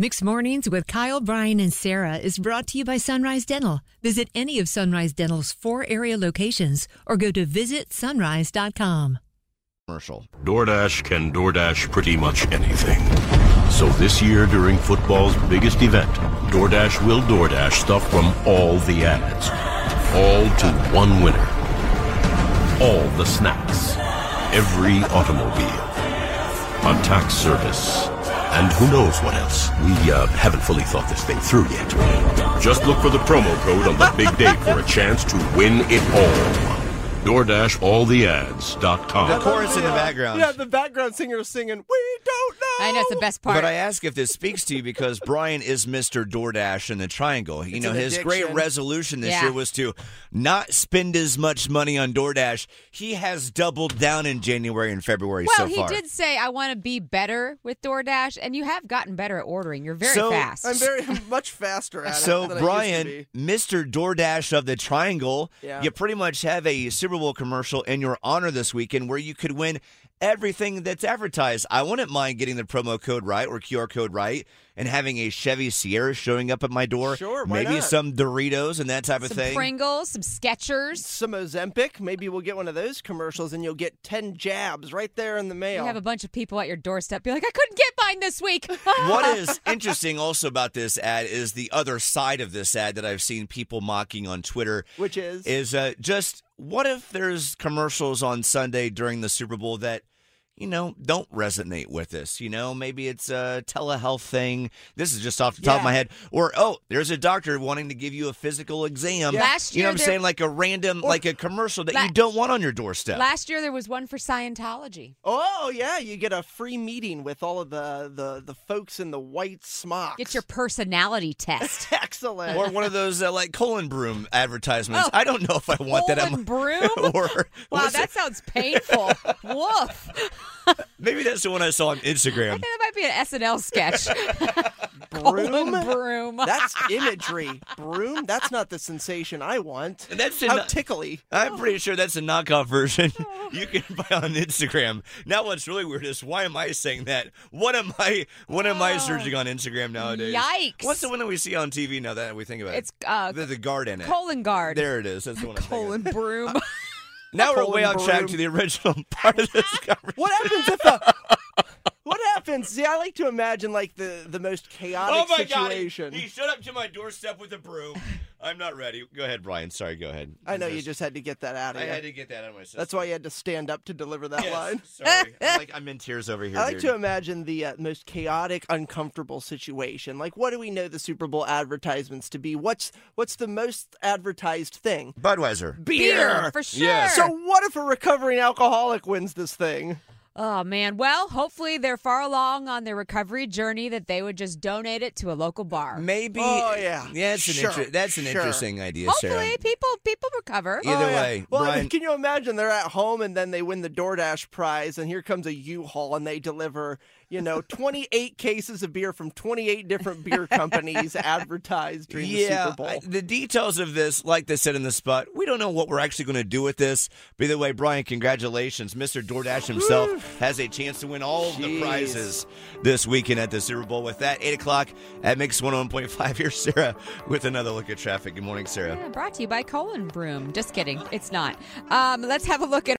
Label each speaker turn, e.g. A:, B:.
A: Mixed Mornings with Kyle, Brian, and Sarah is brought to you by Sunrise Dental. Visit any of Sunrise Dental's four area locations or go to visitsunrise.com.
B: commercial.
C: DoorDash can DoorDash pretty much anything. So this year, during football's biggest event, DoorDash will DoorDash stuff from all the ads, all to one winner. All the snacks, every automobile, a tax service, and who knows what else. We uh, haven't fully thought this thing through yet. Just look for the promo code on the big day for a chance to win it all. DoorDashAllTheAds.com.
B: The chorus in the background.
D: Yeah, the background singer is singing, We don't know.
E: I know it's the best part.
B: But I ask if this speaks to you because Brian is Mr. DoorDash in the triangle. You
D: It's
B: know,
D: an
B: his great
D: addiction.
B: resolution this
E: Yeah.
B: year was to not spend as much money on DoorDash. He has doubled down in January and February
E: well,
B: so
E: he
B: far.
E: did say I want to be better with DoorDash, and you have gotten better at ordering. You're very
B: So-
E: fast.
D: I'm very I'm much faster at it.
B: so,
D: than I used to
B: Brian,
D: be.
B: Mr. DoorDash of the Triangle,
D: Yeah.
B: you pretty much have a Super Bowl commercial in your honor this weekend where you could win everything that's advertised. I wouldn't mind getting the promo code right or QR code right and having a Chevy Sierra showing up at my door.
D: Sure, why
B: Maybe
D: not?
B: some Doritos and that type of
E: some
B: thing.
E: Pringles, some Skechers.
D: some Ozempic. Maybe we'll get one of those commercials and you'll get 10 jabs right there in the
E: You
D: mail.
E: have a bunch of people at your doorstep be like, I couldn't get mine this week.
B: what is interesting also about this ad is the other side of this ad that I've seen people mocking on Twitter
D: which is,
B: is uh, just what if there's commercials on Sunday during the Super Bowl that you know don't resonate with us you know maybe it's a telehealth thing this is just off the top of
D: Yeah.
B: my head or oh there's a doctor wanting to give you a physical exam
E: Last
B: you
E: year
B: know what i'm
E: there-
B: saying like a random like a commercial that
E: La-
B: you don't want on your doorstep
E: Last year there was one for Scientology.
D: oh, yeah, you get a free meeting with all of the, the, the folks in the white smocks.
E: Get your personality test.
D: Excellent.
B: or one of those uh, like colon broom advertisements.
E: Oh.
B: I don't know if I want that.
E: Colon
B: I'm-
E: broom?
B: or
E: Wow,
B: what's
E: that
B: it-
E: sounds painful. Woof.
B: maybe that's the one I saw on Instagram.
E: That might be an SNL sketch. Colon broom.
D: That's imagery. Broom? That's not the sensation I want.
B: That's
D: How
B: an-
D: tickly.
B: I'm pretty sure that's a knockoff version you can buy on Instagram. Now, what's really weird is why am I saying that? What am I? What am I searching on Instagram nowadays?
E: Oh. Yikes.
B: What's the one that we see on TV now that we think about
E: It's,
B: it?
E: uh,
B: the, the guard in it.
E: colon guard.
B: There it is. That's the one. I'm thinking of.
E: Colon broom.
B: Now we're
D: colon
B: way off track
D: broom.
B: to the original part of this conversation.
D: What happens if a. What happens? See, I like to imagine like the, the most chaotic situation.
B: Oh He, he showed up to my doorstep with a broom. I'm not ready. Go ahead, Brian. Sorry, go ahead.
D: I know you
B: This-
D: just had to get that out of
B: I
D: you.
B: had to get that out of my system.
D: That's why you had to stand up to deliver that
B: Yes,
D: line.
B: Sorry, I'm, like, I'm in tears over here.
D: I like
B: dude.
D: to imagine the uh, most chaotic, uncomfortable situation. Like, what do we know the Super Bowl advertisements to be? What's what's the most advertised thing?
B: Budweiser.
E: Beer, for sure.
B: Yeah.
D: So, what if a recovering alcoholic wins this thing?
E: Oh man. Well, hopefully they're far along on their recovery journey that they would just donate it to a local bar.
B: Maybe. uh,
D: Oh, yeah.
B: Yeah, it's an
D: Sure,
B: inter- that's an
D: sure.
B: interesting idea,
E: hopefully
B: Sarah.
E: people people recover.
B: Either
D: Oh, yeah.
B: way,
D: Well, I mean,
B: Brian.
D: can you imagine they're at home and then they win the DoorDash prize, and here comes a U-Haul and they deliver, you know, 28 cases of beer from 28 different beer companies advertised during
B: yeah,
D: the Super Bowl.
B: I- the details of this, like they said in the spot, we don't know what we're actually going to do with this. By the way, Brian, congratulations. Mr. DoorDash himself has a chance to win all of the
D: Jeez.
B: prizes this weekend at the Super Bowl. With that, 8 o'clock at Mix 101.5. Here's Sarah with another look at traffic. Good morning, Sarah.
E: Yeah, brought to you by Colon Broom. Just kidding. It's not. Um, let's have a look at